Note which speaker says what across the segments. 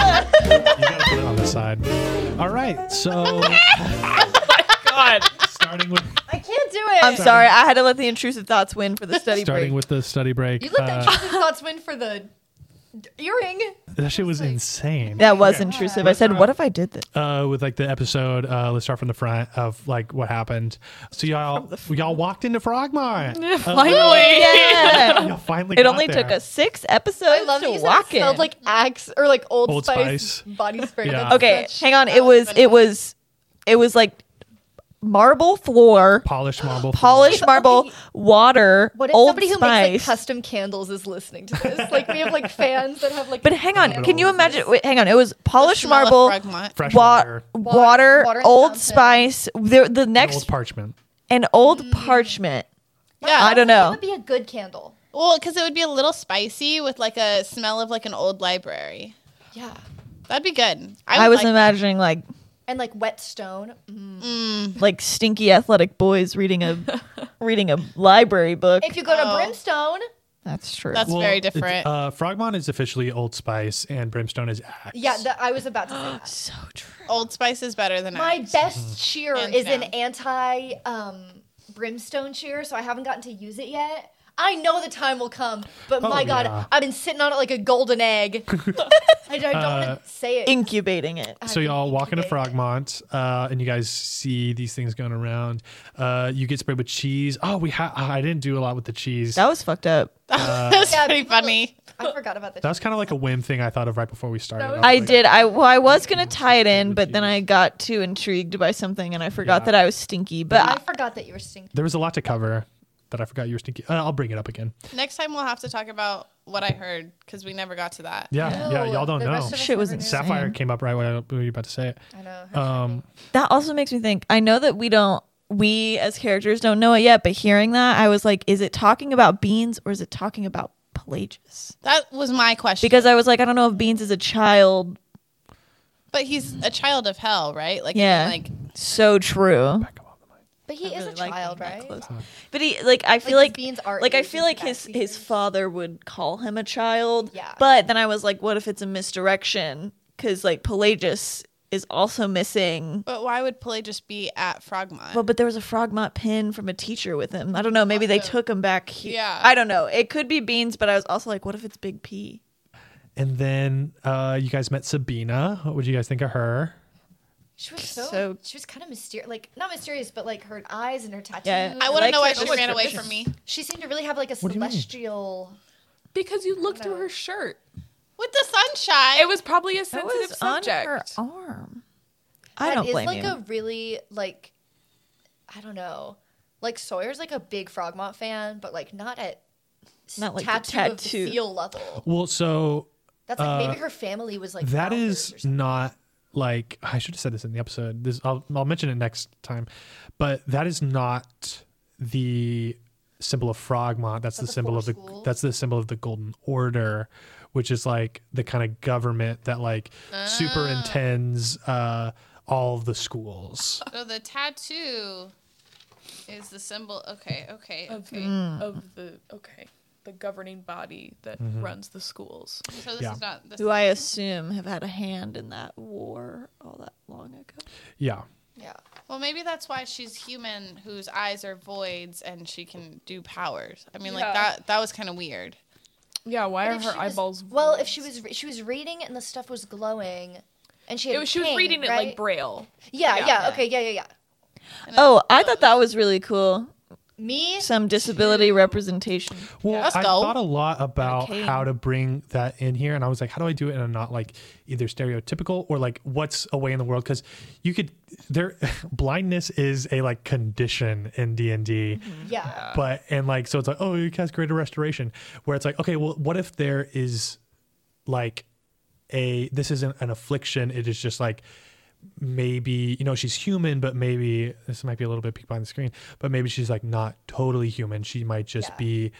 Speaker 1: on the side. All right,
Speaker 2: Oh
Speaker 1: so
Speaker 3: God.
Speaker 1: starting with
Speaker 4: I can't do it.
Speaker 2: I'm sorry. I had to let the intrusive thoughts win for the study
Speaker 1: starting
Speaker 2: break.
Speaker 1: with the study break.
Speaker 4: You let
Speaker 1: uh,
Speaker 4: that Jesus thoughts win for the d- earring.
Speaker 1: that shit was insane.
Speaker 2: that was intrusive. I said, "What if I did this?"
Speaker 1: uh, with like the episode. Uh, let's start from the front of like what happened. So y'all, y'all walked into Frogmar.
Speaker 3: Finally.
Speaker 2: Yeah.
Speaker 1: Y'all finally.
Speaker 2: It
Speaker 1: got
Speaker 2: only took
Speaker 1: there.
Speaker 2: us six episodes
Speaker 4: I love that
Speaker 2: to
Speaker 4: you
Speaker 2: walk
Speaker 4: said it
Speaker 2: in.
Speaker 4: smelled like Axe or like Old,
Speaker 1: Old
Speaker 4: Spice,
Speaker 1: Spice.
Speaker 4: body spray.
Speaker 1: Yeah.
Speaker 4: That's
Speaker 2: okay,
Speaker 4: such-
Speaker 2: hang on.
Speaker 4: that
Speaker 2: It was
Speaker 4: funny.
Speaker 2: it was it was like marble floor,
Speaker 1: polished marble.
Speaker 2: polished marble, water,
Speaker 4: What if
Speaker 2: old
Speaker 4: somebody who makes
Speaker 2: spice.
Speaker 4: like custom candles is listening to this? like we have like fans that have like.
Speaker 2: but hang on,
Speaker 4: candles.
Speaker 2: can you imagine? Wait, hang on. It was polished
Speaker 5: smell of
Speaker 2: marble,
Speaker 5: Frogmont.
Speaker 1: fresh
Speaker 2: wa-
Speaker 1: water,
Speaker 2: water,
Speaker 4: water and
Speaker 2: old
Speaker 4: fountain.
Speaker 2: spice. The, the
Speaker 1: and old
Speaker 2: next
Speaker 1: parchment.
Speaker 2: and old parchment.
Speaker 4: Mm,
Speaker 5: Yeah.
Speaker 2: I don't
Speaker 4: That
Speaker 2: know.
Speaker 4: would be a good candle.
Speaker 5: Well, because it would be a little spicy with like a smell of like an old library.
Speaker 4: Yeah,
Speaker 5: That'd be good.
Speaker 2: I, was
Speaker 5: like
Speaker 2: imagining like
Speaker 4: and like wet stone.
Speaker 2: Mm, like stinky athletic boys reading a reading a library book.
Speaker 4: If you go to
Speaker 5: Oh.
Speaker 4: brimstone,
Speaker 2: That's true.
Speaker 5: That's- It's very different.
Speaker 1: Uh, Frogmont is officially Old Spice, and Brimstone is Axe.
Speaker 4: yeah, the, I was about to. Say that.
Speaker 2: so true.
Speaker 5: Old Spice is better than
Speaker 4: My
Speaker 5: I.
Speaker 4: best cheer
Speaker 5: Hands
Speaker 4: is an
Speaker 5: down.
Speaker 4: anti um, brimstone cheer, so I haven't gotten to use it yet. I know the time will come, but
Speaker 1: Oh,
Speaker 4: my god,
Speaker 1: yeah.
Speaker 4: I've been sitting on it like a golden egg. I, I don't
Speaker 1: Uh,
Speaker 4: want to say it.
Speaker 2: Incubating it.
Speaker 1: So y'all walk into Frogmont, uh, and you guys see these things going around. Uh, you get sprayed with cheese. Oh, we ha- I didn't do a lot with the cheese.
Speaker 2: That was fucked up.
Speaker 5: That's
Speaker 4: Yeah,
Speaker 5: pretty
Speaker 4: people-
Speaker 5: funny.
Speaker 4: I forgot about that.
Speaker 1: That was kind of like a whim thing I thought of right before we started.
Speaker 4: That was-
Speaker 1: was
Speaker 2: I
Speaker 1: like,
Speaker 2: did. I well, I was gonna tie it in, but then I got too intrigued by something and I forgot
Speaker 1: Yeah.
Speaker 2: that I was stinky. But
Speaker 4: I
Speaker 2: I,
Speaker 4: forgot that you were stinking.
Speaker 1: There was a lot to cover that I forgot you were thinking. Uh, I'll bring it up again.
Speaker 5: Next time we'll have to talk about what I heard because we never got to that.
Speaker 1: Yeah, yeah, y'all don't
Speaker 4: the
Speaker 1: know.
Speaker 4: rest of us
Speaker 2: Shit was
Speaker 4: never knew.
Speaker 2: insane.
Speaker 1: Sapphire came up right when I when you were about to say it.
Speaker 4: I know.
Speaker 1: Um,
Speaker 2: that also makes me think. I know that we don't. We as characters don't know it yet, but hearing that, I was like, is it talking about beans or is it talking about Pelagius?
Speaker 5: That was my question.
Speaker 2: Because I was like, I don't know if beans is a child.
Speaker 5: but he's a child of hell, right? Like,
Speaker 2: Yeah.
Speaker 5: Like
Speaker 2: So true.
Speaker 4: But he
Speaker 2: I
Speaker 4: is
Speaker 2: really
Speaker 4: a
Speaker 2: like
Speaker 4: child,
Speaker 2: being that
Speaker 4: right?
Speaker 2: close. But he like I feel
Speaker 4: his
Speaker 2: like
Speaker 4: beans are
Speaker 2: like I
Speaker 4: aged
Speaker 2: feel like
Speaker 4: into
Speaker 2: his
Speaker 4: that
Speaker 2: his
Speaker 4: bean.
Speaker 2: father would call him a child.
Speaker 4: Yeah.
Speaker 2: But then I was like, what if it's a misdirection? Because like Pelagius is also missing.
Speaker 5: But why would Pelagius be at Frogmont?
Speaker 2: Well, but there was a Frogmont pin from a teacher with him. I don't know. Maybe they took him back here.
Speaker 5: Yeah.
Speaker 2: I don't know. It could be beans, but I was also like, what if it's Big P?
Speaker 1: and then uh, you guys met Sabina. What would you guys think of her?
Speaker 4: She was so,
Speaker 2: So-
Speaker 4: she was kind of mysterious, like not mysterious, but like her eyes and her tattoos.
Speaker 2: Yeah.
Speaker 5: I want
Speaker 2: like
Speaker 5: to know why
Speaker 2: her
Speaker 5: she ran away
Speaker 2: description.
Speaker 5: from me.
Speaker 4: she seemed to really have like a
Speaker 1: do you mean?
Speaker 4: celestial.
Speaker 3: Because you looked through her shirt.
Speaker 5: With the sunshine.
Speaker 3: It was probably a
Speaker 2: That
Speaker 3: sensitive
Speaker 2: was on
Speaker 3: subject.
Speaker 2: her arm. I
Speaker 4: That
Speaker 2: don't
Speaker 4: is,
Speaker 2: blame
Speaker 4: like
Speaker 2: you.
Speaker 4: a really like I don't know. Like Sawyer's like a big Frogmont fan, but like not at s-
Speaker 2: Not like the
Speaker 4: tattoo, of the
Speaker 2: tattoo.
Speaker 4: seal level.
Speaker 1: Well, so
Speaker 4: That's like
Speaker 1: Uh,
Speaker 4: maybe her family was like
Speaker 1: that
Speaker 4: founders or
Speaker 1: is
Speaker 4: something.
Speaker 1: not like I should have said this in the episode. This I'll, I'll mention it next time, but that is not the symbol of Frogmont. That's the
Speaker 4: the
Speaker 1: symbol
Speaker 4: four
Speaker 1: of the
Speaker 4: schools?
Speaker 1: that's the symbol of the Golden Order, which is like the kind of government that like superintends uh, all of the schools.
Speaker 5: so the tattoo is the symbol. Okay, okay,
Speaker 3: Of the,
Speaker 5: okay.
Speaker 4: Mm.
Speaker 3: of the okay, the governing body that runs the schools.
Speaker 5: So this
Speaker 1: Yeah.
Speaker 5: is not. This
Speaker 2: Who I assume have had a hand in that war all that long ago.
Speaker 1: Yeah.
Speaker 4: yeah.
Speaker 5: Well, maybe that's why she's human, whose eyes are voids, and she can do powers. I mean,
Speaker 3: Yeah.
Speaker 5: like that. That was kind of weird.
Speaker 3: Yeah, why
Speaker 4: But
Speaker 3: are
Speaker 4: if
Speaker 3: her
Speaker 4: she was-
Speaker 3: eyeballs?
Speaker 4: well, if she was re- she was reading and the stuff was glowing, and she had
Speaker 3: it was, she was
Speaker 4: pain,
Speaker 3: reading it
Speaker 4: right?
Speaker 3: like braille.
Speaker 4: yeah, yeah,
Speaker 3: yeah.
Speaker 4: okay, yeah, yeah, yeah.
Speaker 2: Oh, I thought that was really cool.
Speaker 4: Me,
Speaker 2: Some disability representation.
Speaker 1: Well,
Speaker 5: Let's
Speaker 1: I
Speaker 5: go.
Speaker 1: thought a lot about
Speaker 2: Okay.
Speaker 1: how to bring that in here, and I was like, how do I do it in a not like either stereotypical or like what's away in the world? Because you could, there, blindness is a like condition in D and D,
Speaker 5: Mm-hmm.
Speaker 4: yeah,
Speaker 1: but and like so it's like oh you cast greater restoration, where it's like okay, well what if there is like a this isn't an affliction, it is just like maybe you know she's human but maybe this might be a little bit peek behind the screen but maybe she's like not totally human she might just
Speaker 4: Yeah.
Speaker 1: be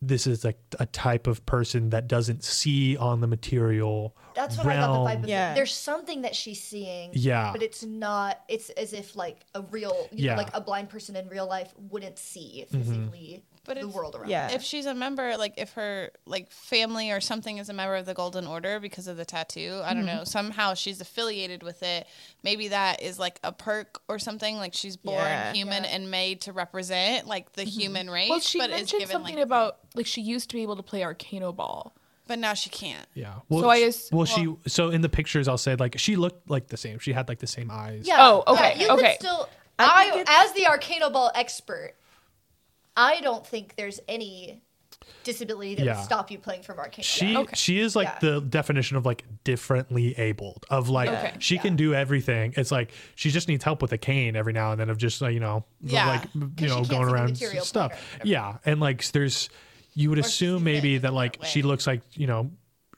Speaker 1: this is like a type of person that doesn't see on the material
Speaker 4: that's what
Speaker 1: realm.
Speaker 4: I got the vibe. Of.
Speaker 2: Yeah.
Speaker 4: there's something that she's seeing.
Speaker 1: Yeah.
Speaker 4: but it's not. It's as if like a real, you
Speaker 1: Yeah. Mm-hmm.
Speaker 4: know, like a blind person in real life wouldn't see physically.
Speaker 5: But
Speaker 4: the
Speaker 5: if-
Speaker 4: world around.
Speaker 2: yeah.
Speaker 5: if she's a member, like if her like family or something is a member of the Golden Order because of the tattoo, I don't
Speaker 3: Mm-hmm.
Speaker 5: know. Somehow she's affiliated with it. Maybe that is like a perk or something. Like she's born
Speaker 2: Yeah.
Speaker 5: human and made to represent like the human race,
Speaker 3: Mm-hmm. Well, she
Speaker 5: but is
Speaker 3: mentioned
Speaker 5: given
Speaker 3: something
Speaker 5: like.
Speaker 3: about like she used to be able to play Arcano Ball.
Speaker 5: but now she can't.
Speaker 1: Yeah.
Speaker 3: So I
Speaker 1: sh-
Speaker 3: as-
Speaker 1: well, she so in the pictures I'll say like she looked like the same. She had like the same eyes.
Speaker 4: Yeah.
Speaker 3: Oh, okay,
Speaker 4: Yeah, you
Speaker 3: okay.
Speaker 4: Could still,
Speaker 2: I
Speaker 4: I,
Speaker 2: think
Speaker 4: as the Arcano Ball expert, I don't think there's any disability that
Speaker 1: Yeah.
Speaker 4: would stop you playing from Arcano.
Speaker 1: She
Speaker 4: Ball.
Speaker 3: Okay.
Speaker 1: she is like
Speaker 4: Yeah.
Speaker 1: the definition of like differently abled of like
Speaker 3: Okay.
Speaker 1: she can do everything. It's like she just needs help with a cane every now and then of just like, you know
Speaker 5: Yeah.
Speaker 1: like you
Speaker 4: she
Speaker 1: know
Speaker 4: can't
Speaker 1: going
Speaker 4: see the
Speaker 1: around
Speaker 4: material
Speaker 1: s- stuff.
Speaker 4: part or
Speaker 1: Yeah, and like there's you would assume
Speaker 5: fit
Speaker 1: maybe
Speaker 5: in a
Speaker 1: that like
Speaker 5: different
Speaker 1: she
Speaker 5: way.
Speaker 1: looks like you know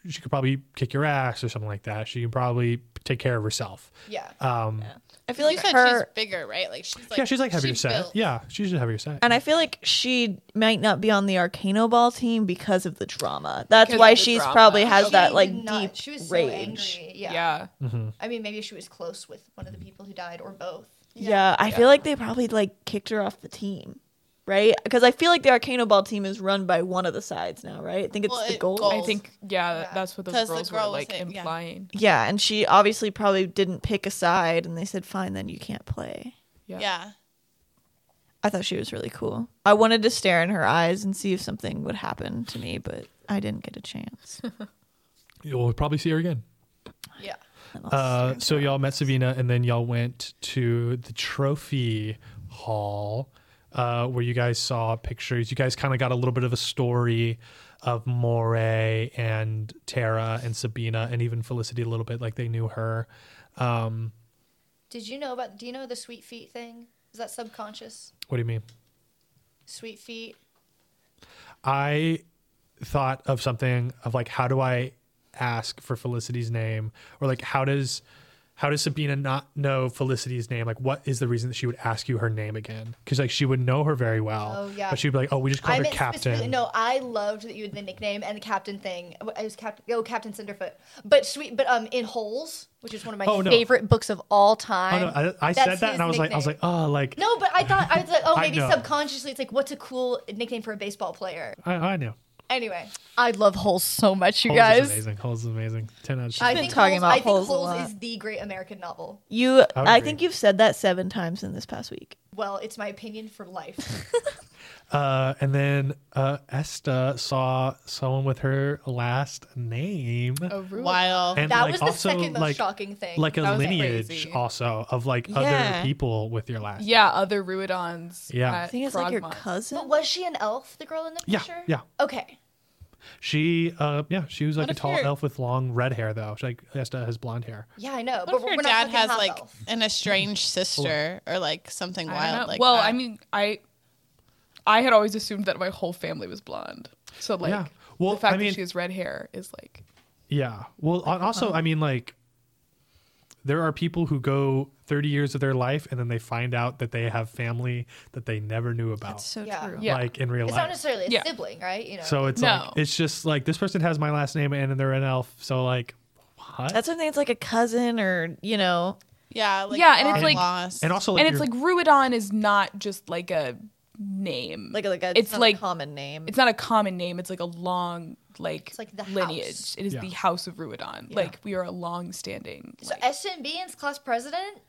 Speaker 1: she could probably kick your ass or something like that. She can probably take care of herself.
Speaker 4: yeah.
Speaker 1: Um,
Speaker 2: I feel like
Speaker 5: you said
Speaker 2: her
Speaker 5: she's bigger, right? Like she's like
Speaker 1: yeah, she's like heavier
Speaker 5: she's
Speaker 1: set.
Speaker 5: built.
Speaker 1: Yeah, she's just heavier set.
Speaker 2: and I feel like she might not be on the Arcano Ball team because of the drama. That's
Speaker 3: Because
Speaker 2: why
Speaker 3: of the
Speaker 2: she's
Speaker 3: drama.
Speaker 2: probably has
Speaker 4: She
Speaker 2: that
Speaker 4: did
Speaker 2: like
Speaker 4: not-
Speaker 2: deep
Speaker 4: she was so
Speaker 2: rage.
Speaker 4: angry. Yeah.
Speaker 3: Yeah.
Speaker 4: I mean, maybe she was close with one of the people who died or both.
Speaker 2: Yeah, I feel like they probably like kicked her off the team, right? Because I feel like the Arcano Ball team is run by one of the sides now, right? I think it's
Speaker 5: Well,
Speaker 2: the
Speaker 5: it-
Speaker 2: gold.
Speaker 5: gold.
Speaker 3: I think yeah, that-
Speaker 4: Yeah.
Speaker 3: that's what those
Speaker 5: Because the
Speaker 3: girls were
Speaker 5: girl was
Speaker 3: like
Speaker 5: it, yeah.
Speaker 3: implying.
Speaker 2: Yeah, and she obviously probably didn't pick a side, and they said, "Fine, then you can't play."
Speaker 3: Yeah.
Speaker 5: Yeah.
Speaker 2: I thought she was really cool. I wanted to stare in her eyes and see if something would happen to me, but I didn't get a chance.
Speaker 1: You'll probably see her again.
Speaker 4: Yeah.
Speaker 2: And I'll
Speaker 1: Uh, so y'all met Savina, and then y'all went to the trophy hall uh, where you guys saw pictures. You guys kind of got a little bit of a story of Moray and Tara and Sabina, and even Felicity a little bit, like they knew her. Um,
Speaker 4: Did you know about? Do you know the sweet feet thing? Is that subconscious?
Speaker 1: what do you mean?
Speaker 4: Sweet feet.
Speaker 1: I thought of something of like how do I ask for Felicity's name or like how does how does Sabina not know Felicity's name? Like what is the reason that she would ask you her name again? Cuz like she would know her very well.
Speaker 4: Oh, yeah.
Speaker 1: But she'd be like, "Oh, we just
Speaker 4: I
Speaker 1: called her
Speaker 4: meant specifically-
Speaker 1: Captain."
Speaker 4: No, I loved that you had the nickname and the captain thing. I was captain. Oh, Captain Cinderfoot. But sweet. But um, in Holes, which is one of my
Speaker 1: Oh, no.
Speaker 4: favorite books of all
Speaker 1: Oh,
Speaker 4: time.
Speaker 1: no, I, I
Speaker 4: that's
Speaker 1: said that
Speaker 4: his
Speaker 1: and I was like I was like,
Speaker 4: nickname.
Speaker 1: "Oh, like
Speaker 4: No, but I thought I was like, oh,
Speaker 1: I
Speaker 4: maybe
Speaker 1: know.
Speaker 4: subconsciously it's like, what's a cool nickname for a baseball player?
Speaker 1: I, I know."
Speaker 4: Anyway, I love Holes so much, you
Speaker 1: Holes
Speaker 4: guys.
Speaker 1: is amazing. Holes is amazing. 10 out of 10.
Speaker 4: I've
Speaker 2: been talking about
Speaker 4: I think
Speaker 2: Holes a
Speaker 4: Holes
Speaker 2: lot.
Speaker 4: is the great American novel.
Speaker 2: You,
Speaker 1: would
Speaker 2: I,
Speaker 1: agree.
Speaker 2: think you've said that seven times in this past week.
Speaker 4: Well, it's my opinion for life.
Speaker 1: Uh, and then uh, Esta saw someone with her last name.
Speaker 5: While
Speaker 1: And
Speaker 4: Oh, that
Speaker 1: like,
Speaker 4: was the
Speaker 1: also,
Speaker 4: second most
Speaker 1: like,
Speaker 4: shocking thing.
Speaker 1: like a
Speaker 3: That was
Speaker 1: lineage
Speaker 3: crazy.
Speaker 1: also of like
Speaker 2: Yeah.
Speaker 1: other people with your last
Speaker 3: Yeah, other Ruidons.
Speaker 1: Yeah.
Speaker 3: at
Speaker 1: I
Speaker 2: I think it's like your
Speaker 3: Frogmont.
Speaker 2: cousin.
Speaker 4: but was she an elf, the girl in the
Speaker 1: yeah
Speaker 4: picture?
Speaker 1: yeah
Speaker 4: Okay.
Speaker 1: she uh yeah she was like
Speaker 5: What
Speaker 1: a
Speaker 5: if
Speaker 1: tall
Speaker 5: your-
Speaker 1: elf with long red hair though she like Esta has blonde hair
Speaker 4: Yeah, I know.
Speaker 5: What
Speaker 4: but
Speaker 5: if
Speaker 4: we're
Speaker 5: your
Speaker 4: not
Speaker 5: dad
Speaker 4: looking
Speaker 5: has
Speaker 4: half
Speaker 5: like
Speaker 4: elf.
Speaker 5: an estranged sister or like something
Speaker 3: I
Speaker 5: wild
Speaker 3: don't know.
Speaker 5: like
Speaker 3: well,
Speaker 5: that?
Speaker 3: I mean, I I had always assumed that my whole family was blonde. So like
Speaker 1: Yeah. Well,
Speaker 3: the fact
Speaker 1: I mean-
Speaker 3: that she has red hair is like
Speaker 1: yeah well and also I mean like there are people who go 30 years of their life and then they find out that they have family that they never knew about
Speaker 2: That's so
Speaker 4: Yeah.
Speaker 2: true.
Speaker 3: yeah.
Speaker 1: like in real
Speaker 4: It's not
Speaker 1: life
Speaker 4: necessarily a
Speaker 3: Yeah.
Speaker 4: sibling, right? You know.
Speaker 1: so it's
Speaker 3: No.
Speaker 1: like it's just like this person has my last name and they're an elf so like what
Speaker 2: That's something. It's like a cousin, or you know,
Speaker 5: yeah, like
Speaker 3: Yeah, and it's
Speaker 5: long
Speaker 3: like-
Speaker 5: lost.
Speaker 1: and also like
Speaker 3: and it's
Speaker 1: your-
Speaker 3: like Ruidon is not just like a name.
Speaker 2: like like a,
Speaker 3: it's
Speaker 2: not a
Speaker 3: like
Speaker 2: common name.
Speaker 3: it's not a common name. It's like a long like,
Speaker 4: It's like the
Speaker 3: lineage.
Speaker 4: house.
Speaker 3: It is
Speaker 1: Yeah.
Speaker 3: the House of Ruidon. Like we are a long standing.
Speaker 4: So S and B and class president?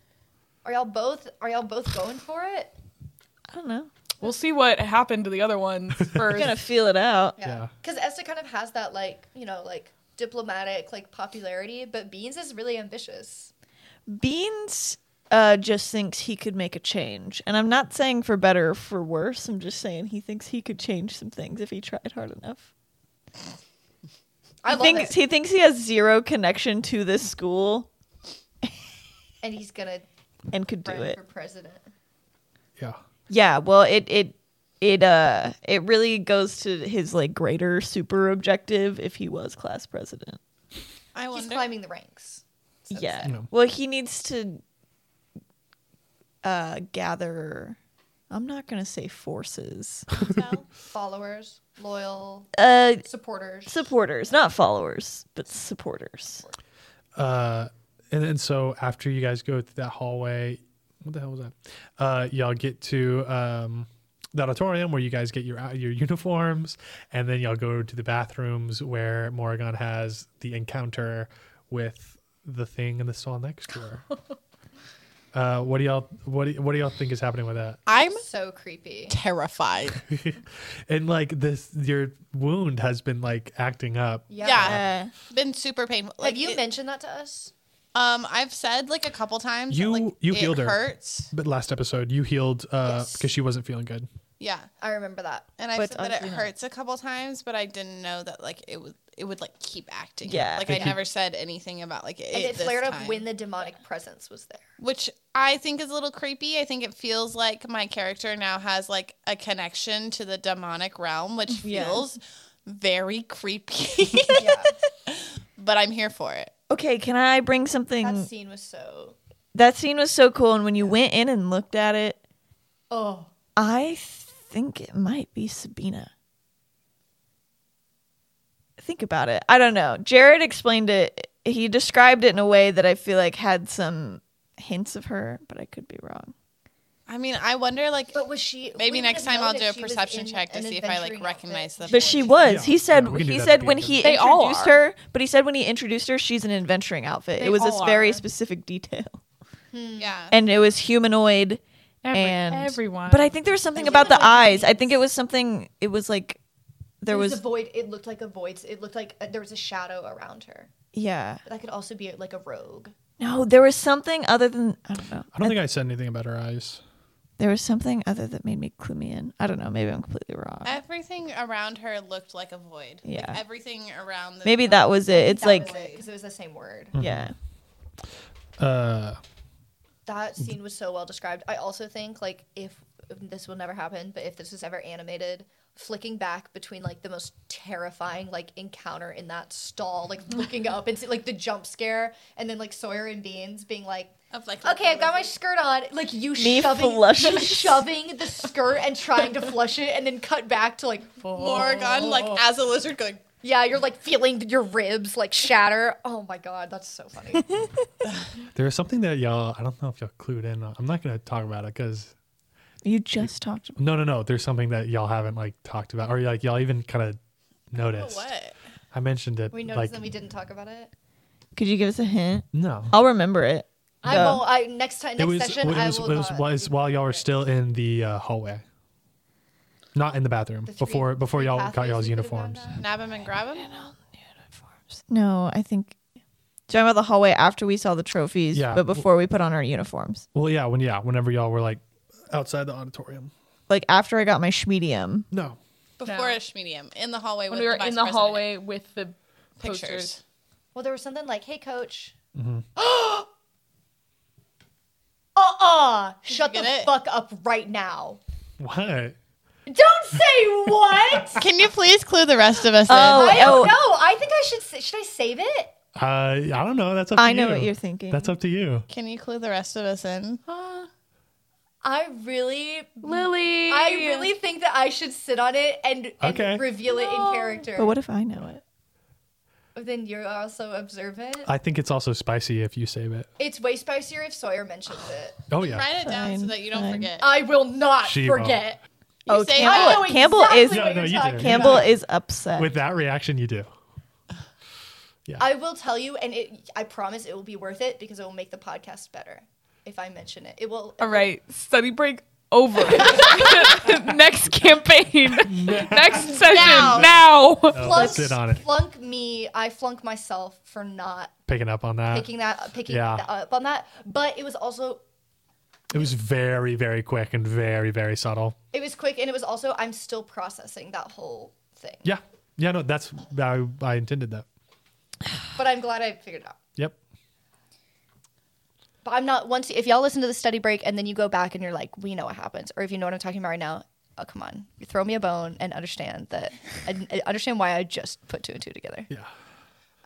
Speaker 4: Are y'all both are y'all both going for it?
Speaker 2: I don't know.
Speaker 3: we'll see what happened to the other ones
Speaker 2: We're gonna
Speaker 3: first.
Speaker 2: feel it out.
Speaker 1: Yeah.
Speaker 4: Because Esther kind of has that like, you know, like diplomatic like popularity, but Beans is really ambitious.
Speaker 2: Beans uh, just thinks he could make a change, and I'm not saying for better or for worse. I'm just saying he thinks he could change some things if he tried hard enough.
Speaker 4: I
Speaker 2: he
Speaker 4: love
Speaker 2: thinks
Speaker 4: it.
Speaker 2: he thinks he has zero connection to this school
Speaker 4: and he's gonna
Speaker 2: and could do
Speaker 4: run
Speaker 2: it.
Speaker 4: for president.
Speaker 1: yeah
Speaker 2: Yeah, well, it it it uh it really goes to his like greater super objective if he was class president.
Speaker 5: I
Speaker 4: He's
Speaker 5: wonder.
Speaker 4: climbing the ranks. so to
Speaker 2: yeah.
Speaker 1: Yeah.
Speaker 2: Well, he needs to uh gather I'm not going to say forces.
Speaker 5: Well,
Speaker 4: Followers, loyal
Speaker 2: Uh
Speaker 4: supporters.
Speaker 2: supporters, not followers, but supporters.
Speaker 1: uh and then so after you guys go through that hallway what the hell was that uh y'all get to um the auditorium where you guys get your uh, your uniforms, and then y'all go to the bathrooms where Morrigan has the encounter with the thing in the stall next to her. uh, what do y'all what do, what do y'all think is happening with that?
Speaker 5: I'm
Speaker 4: So creepy.
Speaker 5: terrified.
Speaker 1: and like this, your wound has been like acting up.
Speaker 4: Yeah.
Speaker 5: Yeah. Been super painful. Like
Speaker 4: Have you
Speaker 5: it-
Speaker 4: mentioned that to us?
Speaker 5: Um, I've said like a couple times. that,
Speaker 1: You-
Speaker 5: like,
Speaker 1: you
Speaker 5: it
Speaker 1: healed her.
Speaker 5: Hurts.
Speaker 1: But last episode, you healed uh,
Speaker 4: Yes.
Speaker 1: because she wasn't feeling good.
Speaker 5: Yeah,
Speaker 4: I remember that.
Speaker 5: and I
Speaker 2: But
Speaker 5: said that it
Speaker 2: honestly not.
Speaker 5: hurts a couple times, but I didn't know that like it would it would like keep acting.
Speaker 2: Yeah.
Speaker 5: like I never said anything about like it.
Speaker 4: And it
Speaker 5: this
Speaker 4: flared up
Speaker 5: time.
Speaker 4: when the demonic presence was there.
Speaker 5: which I think is a little creepy. I think it feels like my character now has like a connection to the demonic realm, which
Speaker 2: Yeah.
Speaker 5: feels very creepy.
Speaker 4: Yeah.
Speaker 5: but I'm here for it.
Speaker 2: Okay, can I bring something?
Speaker 4: that scene was so.
Speaker 2: that scene was so cool, and when you went in and looked at it,
Speaker 4: Oh.
Speaker 2: I think it might be Sabina. Think about it. I don't know. Jared explained it. He described it in a way that I feel like had some hints of her, but I could be wrong.
Speaker 5: I mean, I wonder like
Speaker 4: But was she?
Speaker 5: Maybe
Speaker 4: we would
Speaker 5: next
Speaker 4: have
Speaker 5: time
Speaker 4: known
Speaker 5: I'll
Speaker 4: if
Speaker 5: do a
Speaker 4: she was
Speaker 5: perception
Speaker 4: in
Speaker 5: check to
Speaker 4: an
Speaker 5: see if I, like,
Speaker 4: adventuring
Speaker 5: recognize
Speaker 4: outfit.
Speaker 5: the-
Speaker 2: But she was.
Speaker 1: Yeah.
Speaker 2: he said
Speaker 1: Yeah, we can do
Speaker 2: he
Speaker 1: that at
Speaker 2: said
Speaker 1: the
Speaker 2: when
Speaker 1: end.
Speaker 2: he
Speaker 5: They all
Speaker 2: introduced
Speaker 5: are.
Speaker 2: her, but he said when he introduced her, she's in an adventuring outfit.
Speaker 5: They
Speaker 2: it was
Speaker 5: all
Speaker 2: a very
Speaker 5: are.
Speaker 2: specific detail,
Speaker 5: yeah.
Speaker 2: and it was humanoid.
Speaker 6: Every-
Speaker 2: and
Speaker 6: everyone.
Speaker 2: but I think there was something about the eyes. I think it was something. It was like there
Speaker 4: It
Speaker 2: was,
Speaker 4: a void. It looked like a void. It looked like uh, there was a shadow around her.
Speaker 2: yeah.
Speaker 4: But that could also be like a rogue.
Speaker 2: No, there was something other than I don't know. Uh,
Speaker 1: I don't think I said anything about her eyes.
Speaker 2: There was something other that made me clue me in. I don't know. Maybe I'm completely wrong.
Speaker 5: Everything around her looked like a void. Like,
Speaker 2: Yeah.
Speaker 5: everything around the
Speaker 2: Maybe that was it. It's like
Speaker 4: because it was the same word.
Speaker 1: Mm-hmm.
Speaker 2: yeah,
Speaker 1: Uh,
Speaker 4: That scene was so well described. I also think like if this will never happen, but if this was ever animated, flicking back between like the most terrifying like encounter in that stall, like looking up and see, like the jump scare, and then like Sawyer and Beans being like.
Speaker 5: of like
Speaker 4: Okay, I've got my skirt on. Like you
Speaker 2: Me
Speaker 4: shoving,
Speaker 2: flushing.
Speaker 4: you shoving the skirt and trying to flush it, and then cut back to like
Speaker 5: Morrigan like as a lizard going
Speaker 4: Yeah, you're like feeling your ribs like shatter. Oh my god, that's so funny.
Speaker 1: There's something that y'all, I don't know if y'all clued in. on. I'm not going to talk about it because,
Speaker 2: you just talked. about
Speaker 1: no, no, no. There's something that y'all haven't like talked about or like y'all even kind of noticed.
Speaker 5: what?
Speaker 1: I mentioned it.
Speaker 4: We noticed
Speaker 1: like,
Speaker 4: that we didn't talk about it.
Speaker 2: Could you give us a hint?
Speaker 1: No.
Speaker 2: I'll remember it.
Speaker 4: I
Speaker 2: Go.
Speaker 4: will. I next time next
Speaker 1: it was,
Speaker 4: session
Speaker 1: it was,
Speaker 4: I will.
Speaker 1: it was,
Speaker 4: not.
Speaker 1: was while y'all were still in the uh, hallway, not in the bathroom
Speaker 4: three-
Speaker 1: before, before y'all
Speaker 4: pathways
Speaker 1: got y'all's
Speaker 4: we could have gone
Speaker 1: uniforms.
Speaker 4: down.
Speaker 5: Nab him and grab him?
Speaker 2: No, I think. Talking about the hallway after we saw the trophies,
Speaker 1: Yeah.
Speaker 2: but before we put on our uniforms.
Speaker 1: Well, yeah. When, yeah. Whenever y'all were like outside the auditorium.
Speaker 2: Like after I got my schmedium.
Speaker 1: No.
Speaker 5: Before
Speaker 3: No.
Speaker 5: a schmedium. In the hallway with
Speaker 3: when we were
Speaker 5: the vice
Speaker 3: in the
Speaker 5: president.
Speaker 3: hallway with the
Speaker 5: Pictures.
Speaker 3: posters.
Speaker 4: Well, there was something like, "Hey, coach."
Speaker 1: Mm-hmm.
Speaker 4: uh-uh! Shut
Speaker 5: get
Speaker 4: the
Speaker 5: it?
Speaker 4: fuck up right now!
Speaker 1: What?
Speaker 4: Don't say what.
Speaker 5: Can you please clue the rest of us
Speaker 2: Oh,
Speaker 4: I
Speaker 2: oh,
Speaker 4: don't know. I think I should. sa- Should I save it?
Speaker 1: Uh, I don't know. That's up to
Speaker 2: I know
Speaker 1: you.
Speaker 2: what you're thinking.
Speaker 1: That's up to you.
Speaker 5: Can you clue the rest of us in?
Speaker 4: I really,
Speaker 3: Lily.
Speaker 4: I really think that I should sit on it and, and
Speaker 1: Okay.
Speaker 4: reveal it in character.
Speaker 2: but what if I know it?
Speaker 4: Then you're also observant.
Speaker 1: I think it's also spicy if you save it.
Speaker 4: It's way spicier if Sawyer mentions it.
Speaker 1: Oh, yeah.
Speaker 5: Write it down so
Speaker 2: Fine,
Speaker 5: that you don't
Speaker 2: fine.
Speaker 5: forget.
Speaker 4: I will not
Speaker 1: She
Speaker 4: forget.
Speaker 2: oh,
Speaker 5: say
Speaker 4: I know
Speaker 2: Campbell,
Speaker 5: that.
Speaker 2: Campbell
Speaker 4: exactly
Speaker 2: is
Speaker 1: No,
Speaker 4: what
Speaker 1: no,
Speaker 4: you're
Speaker 1: you
Speaker 4: talking
Speaker 1: didn't.
Speaker 4: about.
Speaker 2: Campbell is upset.
Speaker 1: With that reaction, you do.
Speaker 4: I will tell you, and it, I promise it will be worth it because it will make the podcast better if I mention it. It will.
Speaker 3: All right, study break over. Next campaign. Next session. Now.
Speaker 1: No,
Speaker 4: Flunk,
Speaker 1: let's sit on it.
Speaker 4: flunk me. I flunk myself for not
Speaker 1: Picking up on that.
Speaker 4: picking that picking
Speaker 1: Yeah.
Speaker 4: that up on that. But it was also
Speaker 1: It was very, very quick and very, very subtle.
Speaker 4: it was quick, and it was also I'm still processing that whole thing.
Speaker 1: Yeah. Yeah, no, that's I, I intended that.
Speaker 4: But I'm glad I figured it out.
Speaker 1: Yep.
Speaker 4: But I'm not once if y'all listen to the study break and then you go back and you're like, we know what happens, or if you know what I'm talking about right now, oh come on, you throw me a bone and understand that I, I understand why I just put two and two together.
Speaker 1: Yeah.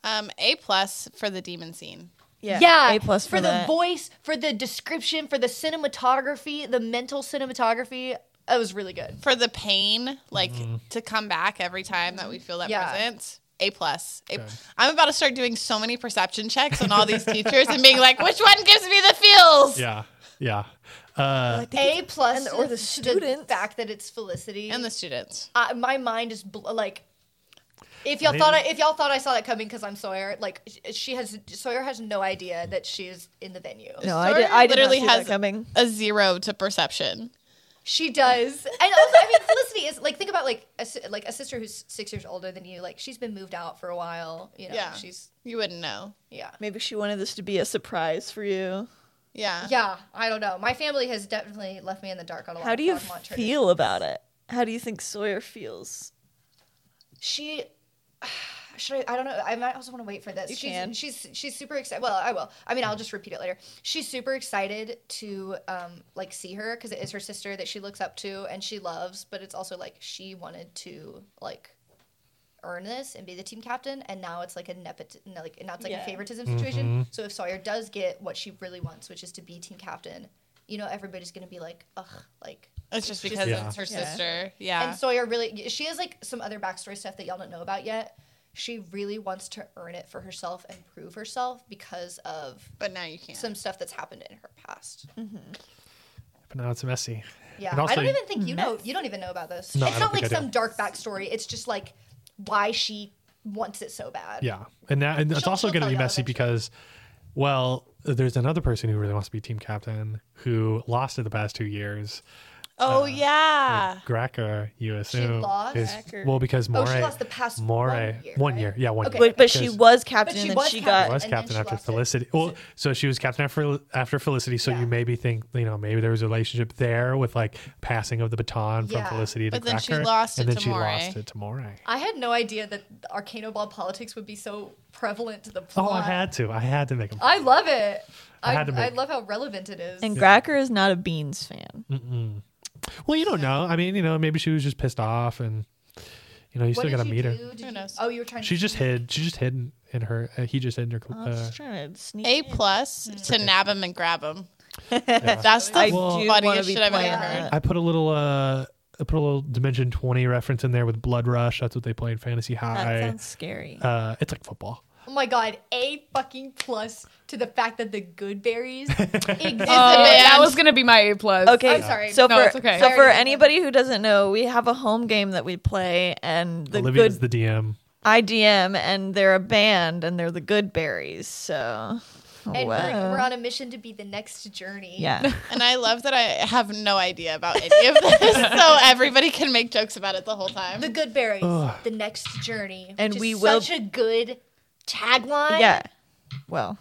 Speaker 5: Um, a plus for the demon scene.
Speaker 2: yeah, A plus for,
Speaker 4: for
Speaker 2: that.
Speaker 4: the voice, for the description, for the cinematography, the mental cinematography. It was really good.
Speaker 5: For the pain, like to come back every time that we feel that
Speaker 4: Yeah.
Speaker 5: presence. A plus. A- I'm about to start doing so many perception checks on all these teachers and being like, which one gives me the feels?
Speaker 1: Yeah. Yeah.
Speaker 2: I think
Speaker 4: A plus
Speaker 2: and- or the
Speaker 4: to
Speaker 2: students.
Speaker 4: fact that it's Felicity
Speaker 5: and the students.
Speaker 4: I, my mind is bl- like if y'all
Speaker 1: I
Speaker 4: thought I,
Speaker 1: didn't-
Speaker 4: if y'all thought I saw that coming because I'm Sawyer, like sh- she has Sawyer has no idea that she is in the venue.
Speaker 2: no, I,
Speaker 5: Sawyer
Speaker 2: did, I did literally
Speaker 5: literally
Speaker 2: not see that
Speaker 5: has-
Speaker 2: coming.
Speaker 5: A zero to perception.
Speaker 4: She does, and also I mean Felicity is like think about like a, si- like a sister who's six years older than you. Like she's been moved out for a while. You know,
Speaker 5: Yeah.
Speaker 4: she's
Speaker 5: You wouldn't know.
Speaker 4: yeah.
Speaker 2: Maybe she wanted this to be a surprise for you.
Speaker 5: Yeah.
Speaker 4: Yeah, I don't know. My family has definitely left me in the dark on a lot.
Speaker 2: How
Speaker 4: of
Speaker 2: do you
Speaker 4: Longmont traditions.
Speaker 2: feel about it? How do you think Sawyer feels?
Speaker 4: She. Should I? I don't know. I might also want to wait for this.
Speaker 2: You
Speaker 4: she's,
Speaker 2: can.
Speaker 4: she's she's super excited. Well, I will. I mean, I'll just repeat it later. She's super excited to um like see her because it is her sister that she looks up to and she loves. But it's also like she wanted to like earn this and be the team captain, and now it's like a nepot no, like now it's like
Speaker 2: Yeah.
Speaker 4: a favoritism situation. So if Sawyer does get what she really wants, which is to be team captain, you know everybody's gonna be like, ugh, like
Speaker 5: It's just because
Speaker 1: Yeah.
Speaker 5: it's her
Speaker 2: Yeah.
Speaker 5: sister. Yeah.
Speaker 4: and Sawyer really, she has like some other backstory stuff that y'all don't know about yet. She really wants to earn it for herself and prove herself because of
Speaker 5: but now you can't.
Speaker 4: some stuff that's happened in her past.
Speaker 1: But now it's messy.
Speaker 4: Yeah,
Speaker 1: And also-
Speaker 4: I don't even think you know. You don't even know about this.
Speaker 1: No, I
Speaker 4: it's
Speaker 1: don't
Speaker 4: not like
Speaker 1: think I do.
Speaker 4: some dark backstory. It's just like why she wants it so bad.
Speaker 1: Yeah, and that and it's
Speaker 4: She'll-
Speaker 1: also
Speaker 4: she'll
Speaker 1: going to
Speaker 4: tell
Speaker 1: be
Speaker 4: y'all
Speaker 1: messy
Speaker 4: eventually.
Speaker 1: because, well, there's another person who really wants to be team captain who lost it the past two years.
Speaker 5: oh yeah.
Speaker 1: Graka, you assume,
Speaker 4: Ah. lost?
Speaker 1: is-
Speaker 2: Graka.
Speaker 1: well because More.
Speaker 4: Oh, she lost the past
Speaker 1: More
Speaker 4: one year, right?
Speaker 1: yeah, one
Speaker 4: Okay.
Speaker 1: year.
Speaker 2: But, but she
Speaker 1: Because-
Speaker 2: was captain,
Speaker 4: But she
Speaker 2: and then
Speaker 4: was
Speaker 2: she
Speaker 1: She
Speaker 4: captain.
Speaker 2: got
Speaker 1: was
Speaker 4: and then
Speaker 1: captain
Speaker 4: she
Speaker 1: after
Speaker 4: lost it.
Speaker 1: Felicity. Well, so she was captain after after Felicity. So
Speaker 4: Yeah.
Speaker 1: you maybe think you know maybe there was a relationship there with like passing of the baton from
Speaker 4: Yeah.
Speaker 1: Felicity to
Speaker 5: But then she
Speaker 1: Graka,
Speaker 5: lost
Speaker 1: and
Speaker 5: it
Speaker 1: then
Speaker 5: to
Speaker 1: she
Speaker 5: Moray.
Speaker 1: lost it to Moray.
Speaker 4: I had no idea that Arcano Ball politics would be so prevalent to the plot.
Speaker 1: Oh, I had to. I had to make him.
Speaker 4: I love it.
Speaker 1: I
Speaker 4: I,
Speaker 1: had to
Speaker 4: I
Speaker 1: make-
Speaker 4: love how relevant it is.
Speaker 2: And Gracker is not a Beans fan.
Speaker 1: Uh, Well, you don't know. I mean, you know, maybe she was just pissed off, and you know, you still
Speaker 4: did
Speaker 1: got to
Speaker 4: you
Speaker 1: meet her.
Speaker 4: do? Did
Speaker 5: Who
Speaker 4: you-
Speaker 5: knows?
Speaker 4: Oh, you were trying. to
Speaker 1: She just hid. She just hid in, in her. Uh, he just hid in her.
Speaker 4: Oh,
Speaker 2: I was
Speaker 1: Uh,
Speaker 2: just trying to sneak
Speaker 5: A
Speaker 2: in.
Speaker 5: plus to nab him and grab him.
Speaker 1: yeah.
Speaker 5: That's the
Speaker 2: I
Speaker 1: Well-
Speaker 2: do wanna
Speaker 5: funniest
Speaker 2: be
Speaker 5: shit I've
Speaker 2: playing
Speaker 5: ever
Speaker 2: that.
Speaker 5: heard.
Speaker 1: I put a little. uh I put a little Dimension Twenty reference in there with Blood Rush. That's what they play in Fantasy
Speaker 2: That
Speaker 1: High.
Speaker 2: sounds scary.
Speaker 1: Uh, it's like football.
Speaker 4: Oh my god, a fucking plus to the fact that the good berries exist.
Speaker 3: Oh,
Speaker 5: man.
Speaker 3: that was gonna be my A plus.
Speaker 2: Okay,
Speaker 4: I'm sorry.
Speaker 2: So
Speaker 3: No,
Speaker 2: for
Speaker 3: it's okay.
Speaker 2: so
Speaker 4: Sorry
Speaker 2: for
Speaker 4: to interrupt.
Speaker 2: anybody who doesn't know, we have a home game that we play, and the
Speaker 1: Olivia's
Speaker 2: good
Speaker 1: the DM.
Speaker 2: IDM, and they're a band, and they're the Good Berries. So,
Speaker 4: and
Speaker 2: wow.
Speaker 4: we're, we're on a mission to be the next journey.
Speaker 2: yeah,
Speaker 5: And I love that I have no idea about any of this, so everybody can make jokes about it the whole time.
Speaker 4: The good berries,
Speaker 1: Ugh.
Speaker 4: the next journey.
Speaker 2: And
Speaker 4: which
Speaker 2: we
Speaker 4: is
Speaker 2: will-
Speaker 4: such a good tagline.
Speaker 2: yeah. Well,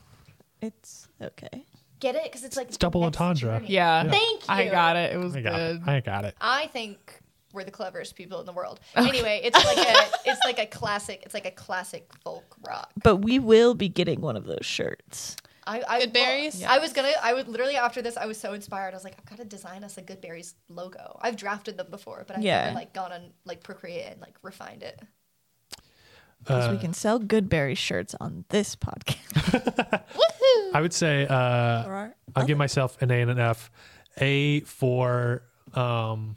Speaker 2: it's okay.
Speaker 4: Get it? Because it's like
Speaker 1: It's double
Speaker 4: the next
Speaker 1: entendre.
Speaker 4: journey.
Speaker 3: Yeah.
Speaker 4: Thank you.
Speaker 3: I got it. It was
Speaker 1: I got
Speaker 3: good.
Speaker 1: it. I got it.
Speaker 4: I think we're the cleverest people in the world. Anyway, it's like a it's like a classic it's like a classic folk rock.
Speaker 2: But we will be getting one of those shirts.
Speaker 4: I, I
Speaker 5: Good
Speaker 4: well,
Speaker 5: berries?
Speaker 4: I was gonna. I was literally after this. I was so inspired. I was like, I've got to design us a good berries logo. I've drafted them before, but I've
Speaker 2: Yeah.
Speaker 4: never like gone and like procreate and like refined it.
Speaker 2: Because
Speaker 1: Uh,
Speaker 2: we can sell Good Berry shirts on this podcast.
Speaker 1: I would say uh,
Speaker 2: Or our-
Speaker 1: I'll give myself an A and an F. A for um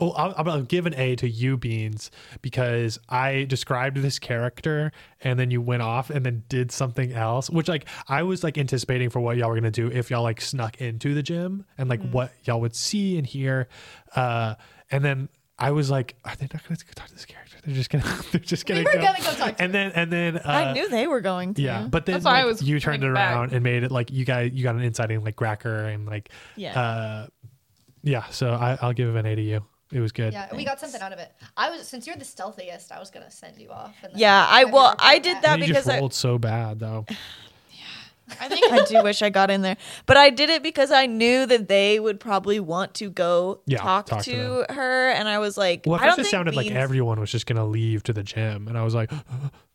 Speaker 1: oh I'll, I'll give an A to you beans because I described this character and then you went off and then did something else which like I was like anticipating for what y'all were going to do if y'all like snuck into the gym and
Speaker 4: Mm-hmm.
Speaker 1: like what y'all would see and hear uh and then I was like are they not going to talk to this character they're just going to they're just going
Speaker 4: We were gonna go talk to
Speaker 1: and then and then uh,
Speaker 2: I knew they were going to.
Speaker 1: yeah, but then
Speaker 3: That's why I
Speaker 1: like,
Speaker 3: was
Speaker 1: you turned it
Speaker 3: coming back.
Speaker 1: around and made it like you got you got an insight in like Gracker and like
Speaker 2: Yeah.
Speaker 1: uh, yeah. So I, I'll give an A to you. It was good.
Speaker 4: Yeah, we got something out of it. I was since you're the stealthiest, I was gonna send you off. And then
Speaker 2: Yeah, I-
Speaker 4: have you
Speaker 2: well,
Speaker 4: report
Speaker 2: I did
Speaker 4: back.
Speaker 2: that-
Speaker 1: And you just
Speaker 2: because I-
Speaker 1: rolled so bad though.
Speaker 5: I think
Speaker 2: I do wish I got in there. But I did it because I knew that they would probably want to go
Speaker 1: Yeah,
Speaker 2: talk,
Speaker 1: talk to
Speaker 2: to, her. And I was like,
Speaker 1: Well, at
Speaker 2: I
Speaker 1: first
Speaker 2: don't
Speaker 1: it
Speaker 2: think
Speaker 1: sounded like
Speaker 2: Beans-
Speaker 1: everyone was just gonna leave to the gym, and I was like,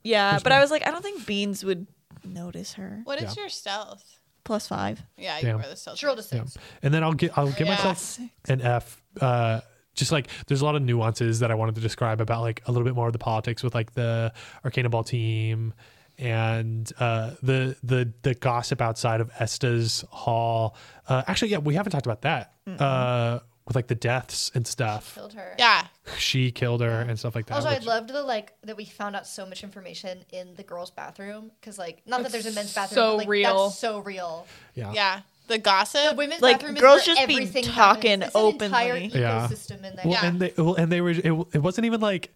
Speaker 2: Yeah, but I was like, I don't think Beans would notice her.
Speaker 5: what is
Speaker 1: Yeah.
Speaker 5: your stealth?
Speaker 2: Plus five.
Speaker 5: Yeah, you
Speaker 1: Damn.
Speaker 5: were the stealth.
Speaker 4: She rolled a
Speaker 1: yeah.
Speaker 4: six.
Speaker 1: and then I'll get I'll give
Speaker 5: Yeah.
Speaker 1: myself an F. Uh, just like there's a lot of nuances that I wanted to describe about like a little bit more of the politics with like the Arcana Ball team and uh, the the the gossip outside of Esta's hall. Uh, actually, yeah, we haven't talked about that uh, with like the deaths and stuff.
Speaker 4: Killed her.
Speaker 5: Yeah,
Speaker 1: She killed her and stuff like that.
Speaker 4: Also,
Speaker 1: which-
Speaker 4: I loved the like that we found out so much information in the girls' bathroom because like not that there's a men's bathroom,
Speaker 3: so
Speaker 4: but, like,
Speaker 3: real.
Speaker 4: That's so real.
Speaker 1: yeah.
Speaker 5: yeah. the gossip.
Speaker 4: The women's
Speaker 2: Like,
Speaker 4: bathroom
Speaker 2: girls
Speaker 4: is where
Speaker 2: just be
Speaker 4: everything
Speaker 2: talking
Speaker 4: happens. It's an entire
Speaker 2: openly.
Speaker 1: Yeah.
Speaker 4: ecosystem in there.
Speaker 1: Well,
Speaker 5: Yeah.
Speaker 1: and they well, and they were it, it wasn't even like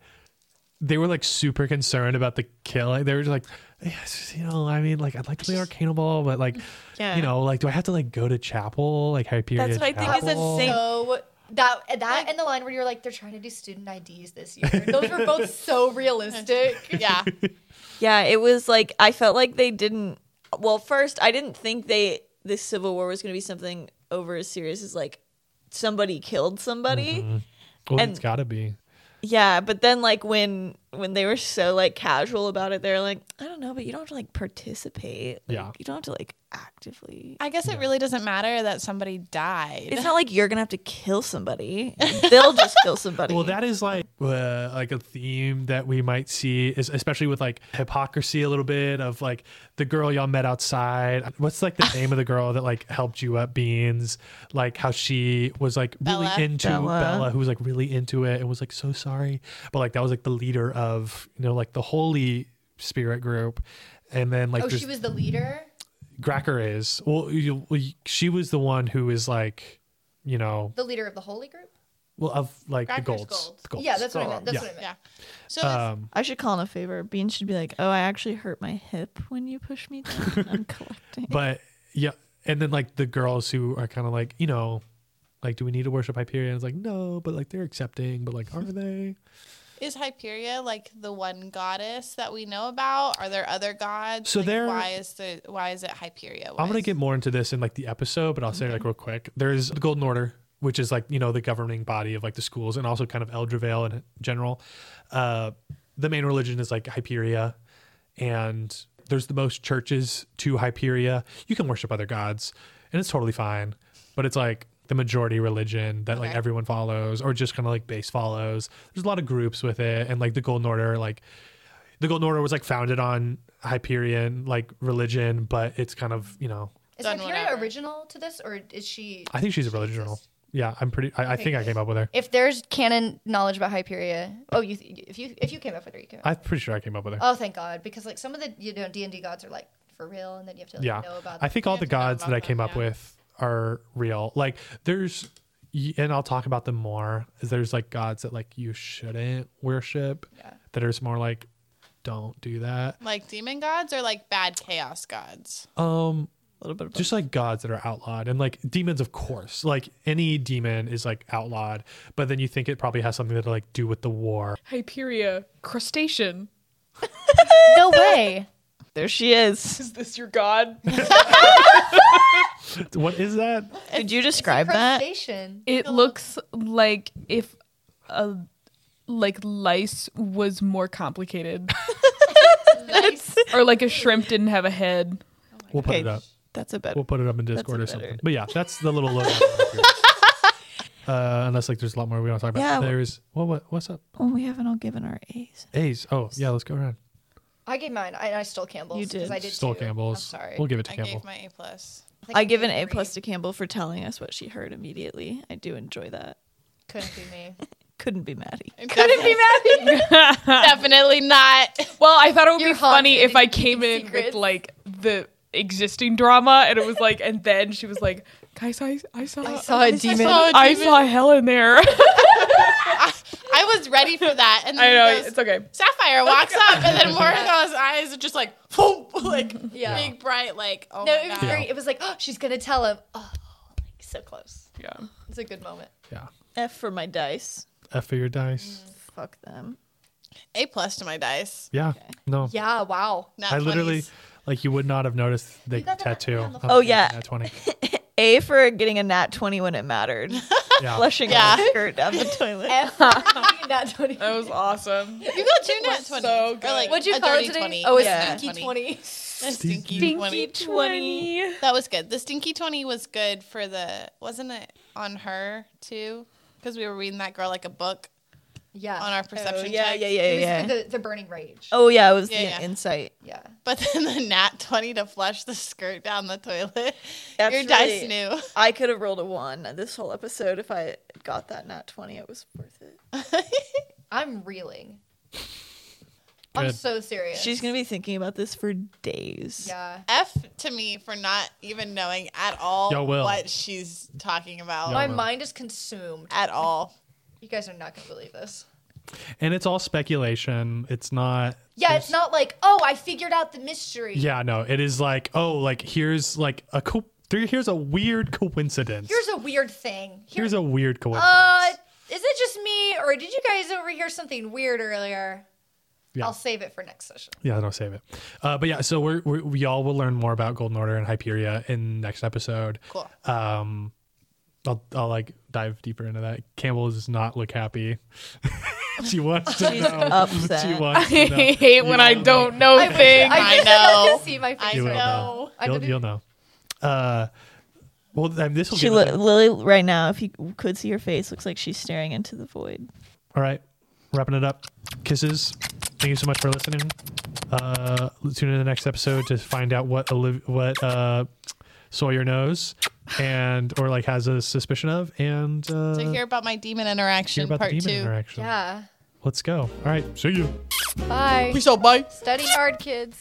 Speaker 1: they were like super concerned about the killing. They were just like, yes, you know, I mean, like I'd like to
Speaker 4: Mm-hmm.
Speaker 1: play Arcana Ball, but like,
Speaker 2: Yeah.
Speaker 1: you know, like do I have to like go to chapel, like Hyperion?
Speaker 2: That's what I think is
Speaker 1: Chapel?
Speaker 2: insane.
Speaker 4: So that that and the line where you're like they're trying to do student IDs this year. Those were both so realistic.
Speaker 5: yeah.
Speaker 2: Yeah, it was like I felt like they didn't. Well, first I didn't think they this civil war was going to be something over as serious as like somebody killed somebody.
Speaker 1: Mm-hmm. Well,
Speaker 2: and-
Speaker 1: it's gotta be.
Speaker 2: Yeah, but then like when when they were so like casual about it, they're like, I don't know, but you don't have to like participate. Like,
Speaker 1: Yeah.
Speaker 2: you don't have to like actively.
Speaker 5: I guess it really doesn't matter that somebody died.
Speaker 2: It's not like you're gonna have to kill somebody. They'll just kill somebody.
Speaker 1: Well, that is like uh, like a theme that we might see, is especially with like hypocrisy a little bit of like the girl y'all met outside. What's like the name of the girl that like helped you up beans? Like how she was like really
Speaker 5: Bella.
Speaker 1: into Bella.
Speaker 2: Bella.
Speaker 1: who was like really into it and was like so sorry, but like that was like the leader of you know like the Holy Spirit group. And then like
Speaker 4: Oh,
Speaker 1: there's
Speaker 4: she was the leader.
Speaker 1: Gracker is well, you, you- she was the one who is like you know
Speaker 4: The leader of the holy group.
Speaker 1: well of like the
Speaker 5: Gracker's
Speaker 1: golds.
Speaker 5: Golds.
Speaker 1: The golds.
Speaker 4: Yeah, that's what I meant. That's
Speaker 1: Yeah.
Speaker 4: what I meant.
Speaker 5: yeah. So
Speaker 1: Um,
Speaker 2: I should call in a favor. Bean should be like, "Oh, I actually hurt my hip when you pushed me down. I'm collecting."
Speaker 1: but yeah and then like the girls who are kind of like you know like do we need to worship hyperion it's like no but like they're accepting but like are they
Speaker 5: is Hyperia like the one goddess that we know about? Are there other gods?
Speaker 1: So
Speaker 5: Like,
Speaker 1: there-
Speaker 5: why is the why is it Hyperia?
Speaker 1: i'm gonna
Speaker 5: Why is-
Speaker 1: get more into this in like the episode but i'll say like real quick there's the golden order which is like you know the governing body of like the schools and also kind of eldravale in general uh the main religion is like hyperia and there's the most churches to hyperia you can worship other gods and it's totally fine but it's like the majority religion that like
Speaker 5: Okay.
Speaker 1: everyone follows or just kind of like base follows there's a lot of groups with it and like the golden order like the golden order was like founded on hyperion like religion but it's kind of you know
Speaker 4: Is
Speaker 5: Done
Speaker 4: Hyperia
Speaker 5: whatever.
Speaker 4: original to this, or is she?
Speaker 1: i think she's a religinal yeah i'm pretty i, I think i came up with her
Speaker 4: If there's canon knowledge about Hyperia, oh, you if you if you came up with her, you came. Up.
Speaker 1: i'm pretty sure i came up with her
Speaker 4: oh, thank God, because like some of the you know D and D gods are like for real, and then you have to like,
Speaker 1: yeah
Speaker 4: know about.
Speaker 1: i think all
Speaker 5: have
Speaker 1: the
Speaker 5: to know
Speaker 1: gods
Speaker 5: about
Speaker 1: that i
Speaker 5: them,
Speaker 1: came up
Speaker 5: yeah.
Speaker 1: with are real like there's y- and i'll talk about them more is there's like gods that like you shouldn't worship
Speaker 4: Yeah.
Speaker 1: that are just more like don't do that
Speaker 5: like demon gods or like bad chaos gods?
Speaker 1: um
Speaker 2: A little bit of
Speaker 1: just like gods that are outlawed and like demons of course like any demon is like outlawed but then you think it probably has something to like do with the war
Speaker 3: Hyperia, crustacean.
Speaker 4: no way.
Speaker 2: there she is.
Speaker 3: Is this your god?
Speaker 1: what is that
Speaker 2: Did you describe that?
Speaker 4: Crustacean.
Speaker 3: It looks like if a like lice was more complicated, or like a shrimp didn't have a head.
Speaker 1: we'll put
Speaker 2: Okay.
Speaker 1: it up
Speaker 2: That's a better.
Speaker 1: we'll put it up in discord
Speaker 2: a
Speaker 1: or
Speaker 2: better-
Speaker 1: something but yeah that's the little logo uh unless like there's a lot more we don't talk about
Speaker 2: Yeah, wh-
Speaker 1: there's what what what's up
Speaker 2: Oh, we haven't all given our A's.
Speaker 1: A's. Oh, yeah, let's go around.
Speaker 4: I gave mine. I, I stole Campbell's.
Speaker 2: You
Speaker 4: 'cause
Speaker 2: did.
Speaker 4: I did
Speaker 1: Stole
Speaker 4: too.
Speaker 1: Campbell's.
Speaker 4: I'm sorry.
Speaker 1: We'll give it to
Speaker 5: I
Speaker 1: Campbell.
Speaker 5: gave my A plus.
Speaker 4: think
Speaker 2: I give an A
Speaker 4: gave
Speaker 2: plus
Speaker 4: three.
Speaker 2: to Campbell for telling us what she heard immediately. I do enjoy that.
Speaker 4: Couldn't be me.
Speaker 2: Couldn't be Maddie.
Speaker 5: Couldn't be Definitely not.
Speaker 3: Well, I thought it would
Speaker 4: You're
Speaker 3: be funny
Speaker 4: haunted
Speaker 3: if I
Speaker 4: and
Speaker 3: came in with
Speaker 4: secrets.
Speaker 3: like the existing drama, and it was like, and then she was like, "Guys, I, I saw, I
Speaker 4: saw a demon.
Speaker 5: saw a
Speaker 3: I
Speaker 5: demon."
Speaker 3: saw hell in there."
Speaker 5: I was ready for that, and
Speaker 3: I
Speaker 5: then
Speaker 3: know
Speaker 5: he goes,
Speaker 3: it's okay.
Speaker 5: Sapphire walks up, and then Morikawa's eyes are just like, boom, like
Speaker 4: Yeah.
Speaker 5: big bright, like oh
Speaker 4: No,
Speaker 5: my
Speaker 4: it was
Speaker 5: god.
Speaker 4: very. It was like, oh, she's gonna tell him. Oh, like, so close.
Speaker 3: Yeah,
Speaker 4: It's a good moment.
Speaker 1: Yeah.
Speaker 2: F for my dice.
Speaker 1: F for your dice.
Speaker 4: Mm,
Speaker 2: Fuck them.
Speaker 5: A plus to my dice.
Speaker 1: Yeah. No.
Speaker 4: Yeah. Wow.
Speaker 5: Not
Speaker 1: I literally
Speaker 5: 20s.
Speaker 1: like you would not have noticed the
Speaker 4: You got the nat
Speaker 1: tattoo.
Speaker 4: 20 on the
Speaker 1: of
Speaker 2: Oh, yeah.
Speaker 1: nat twenty.
Speaker 2: A for getting a nat 20 when it mattered.
Speaker 1: Yeah.
Speaker 2: Flushing
Speaker 5: Yeah.
Speaker 2: my skirt down the toilet.
Speaker 4: F. Not twenty.
Speaker 3: that was awesome.
Speaker 5: You got two net twenty.
Speaker 3: so
Speaker 5: Or,
Speaker 3: good.
Speaker 5: like,
Speaker 4: What'd you
Speaker 5: a
Speaker 4: call it
Speaker 5: dirty
Speaker 4: today?
Speaker 5: 20.
Speaker 4: Oh, it's
Speaker 2: Yeah.
Speaker 5: Nat
Speaker 4: stinky twenty.
Speaker 5: A stinky,
Speaker 1: Stinky
Speaker 5: 20.
Speaker 3: Twenty.
Speaker 5: That was good. The stinky 20 was good for the wasn't it on her too? Cuz we were reading that girl like a book
Speaker 4: Yeah.
Speaker 5: on our perception
Speaker 2: yeah,
Speaker 5: check.
Speaker 2: yeah,
Speaker 4: It
Speaker 2: yeah,
Speaker 4: was
Speaker 2: yeah.
Speaker 4: for the, the burning rage.
Speaker 2: oh, yeah, it was
Speaker 5: Yeah,
Speaker 2: the
Speaker 5: yeah.
Speaker 2: insight.
Speaker 4: Yeah.
Speaker 5: But then the nat 20 to flush the skirt down the toilet.
Speaker 2: That's
Speaker 5: Your dice
Speaker 2: really-
Speaker 5: knew.
Speaker 2: I could have rolled a one this whole episode if I got that nat 20. It was worth it.
Speaker 4: I'm reeling. I'm
Speaker 1: Good.
Speaker 4: so serious.
Speaker 2: She's gonna be thinking about this for days.
Speaker 4: Yeah.
Speaker 5: F to me for not even knowing at all
Speaker 1: Y'all will.
Speaker 5: what she's talking about
Speaker 1: Y'all-
Speaker 4: My
Speaker 1: Oh, well.
Speaker 4: mind is consumed.
Speaker 5: at all.
Speaker 4: You guys are not gonna believe this.
Speaker 1: And it's all speculation. It's not.
Speaker 4: Yeah, it's not like, oh, I figured out the mystery.
Speaker 1: Yeah, no. It is like, oh, like here's like a co- there- here's a weird coincidence.
Speaker 4: Here's a weird thing. Here-
Speaker 1: Here's a weird coincidence.
Speaker 4: uh, is it just me or did you guys overhear something weird earlier?
Speaker 1: Yeah.
Speaker 4: I'll save it for next session.
Speaker 1: yeah, don't save it. Uh, but yeah, so we're, we're we all will learn more about Golden Order and Hyperia in next episode.
Speaker 5: Cool.
Speaker 1: Um, I'll I'll like dive deeper into that. Campbell does not look happy. she wants to
Speaker 2: She's
Speaker 1: know.
Speaker 2: upset.
Speaker 1: She
Speaker 3: I
Speaker 1: wants to know.
Speaker 3: hate when I don't know
Speaker 4: I,
Speaker 3: things.
Speaker 4: I,
Speaker 5: I
Speaker 4: just want
Speaker 5: know.
Speaker 4: to see my face.
Speaker 5: I
Speaker 1: You will
Speaker 4: right now.
Speaker 1: know.
Speaker 4: I'm
Speaker 1: You'll,
Speaker 4: gonna-
Speaker 1: you'll know. Uh, well, then this will
Speaker 2: She
Speaker 1: give
Speaker 2: li-
Speaker 1: us a-
Speaker 2: Lily right now, if you could see her face, looks like she's staring into the void.
Speaker 1: All right, wrapping it up. Kisses. Thank you so much for listening. Uh, tune in the next episode to find out what Oliv- what uh, Sawyer knows and or like has a suspicion of, and uh,
Speaker 5: So hear about my demon
Speaker 1: hear
Speaker 5: interaction
Speaker 1: about
Speaker 5: part
Speaker 1: the demon
Speaker 5: two.
Speaker 1: interaction.
Speaker 4: Yeah.
Speaker 1: Let's go. All right, see you.
Speaker 4: Bye.
Speaker 5: Peace out, bye.
Speaker 4: Study hard, kids.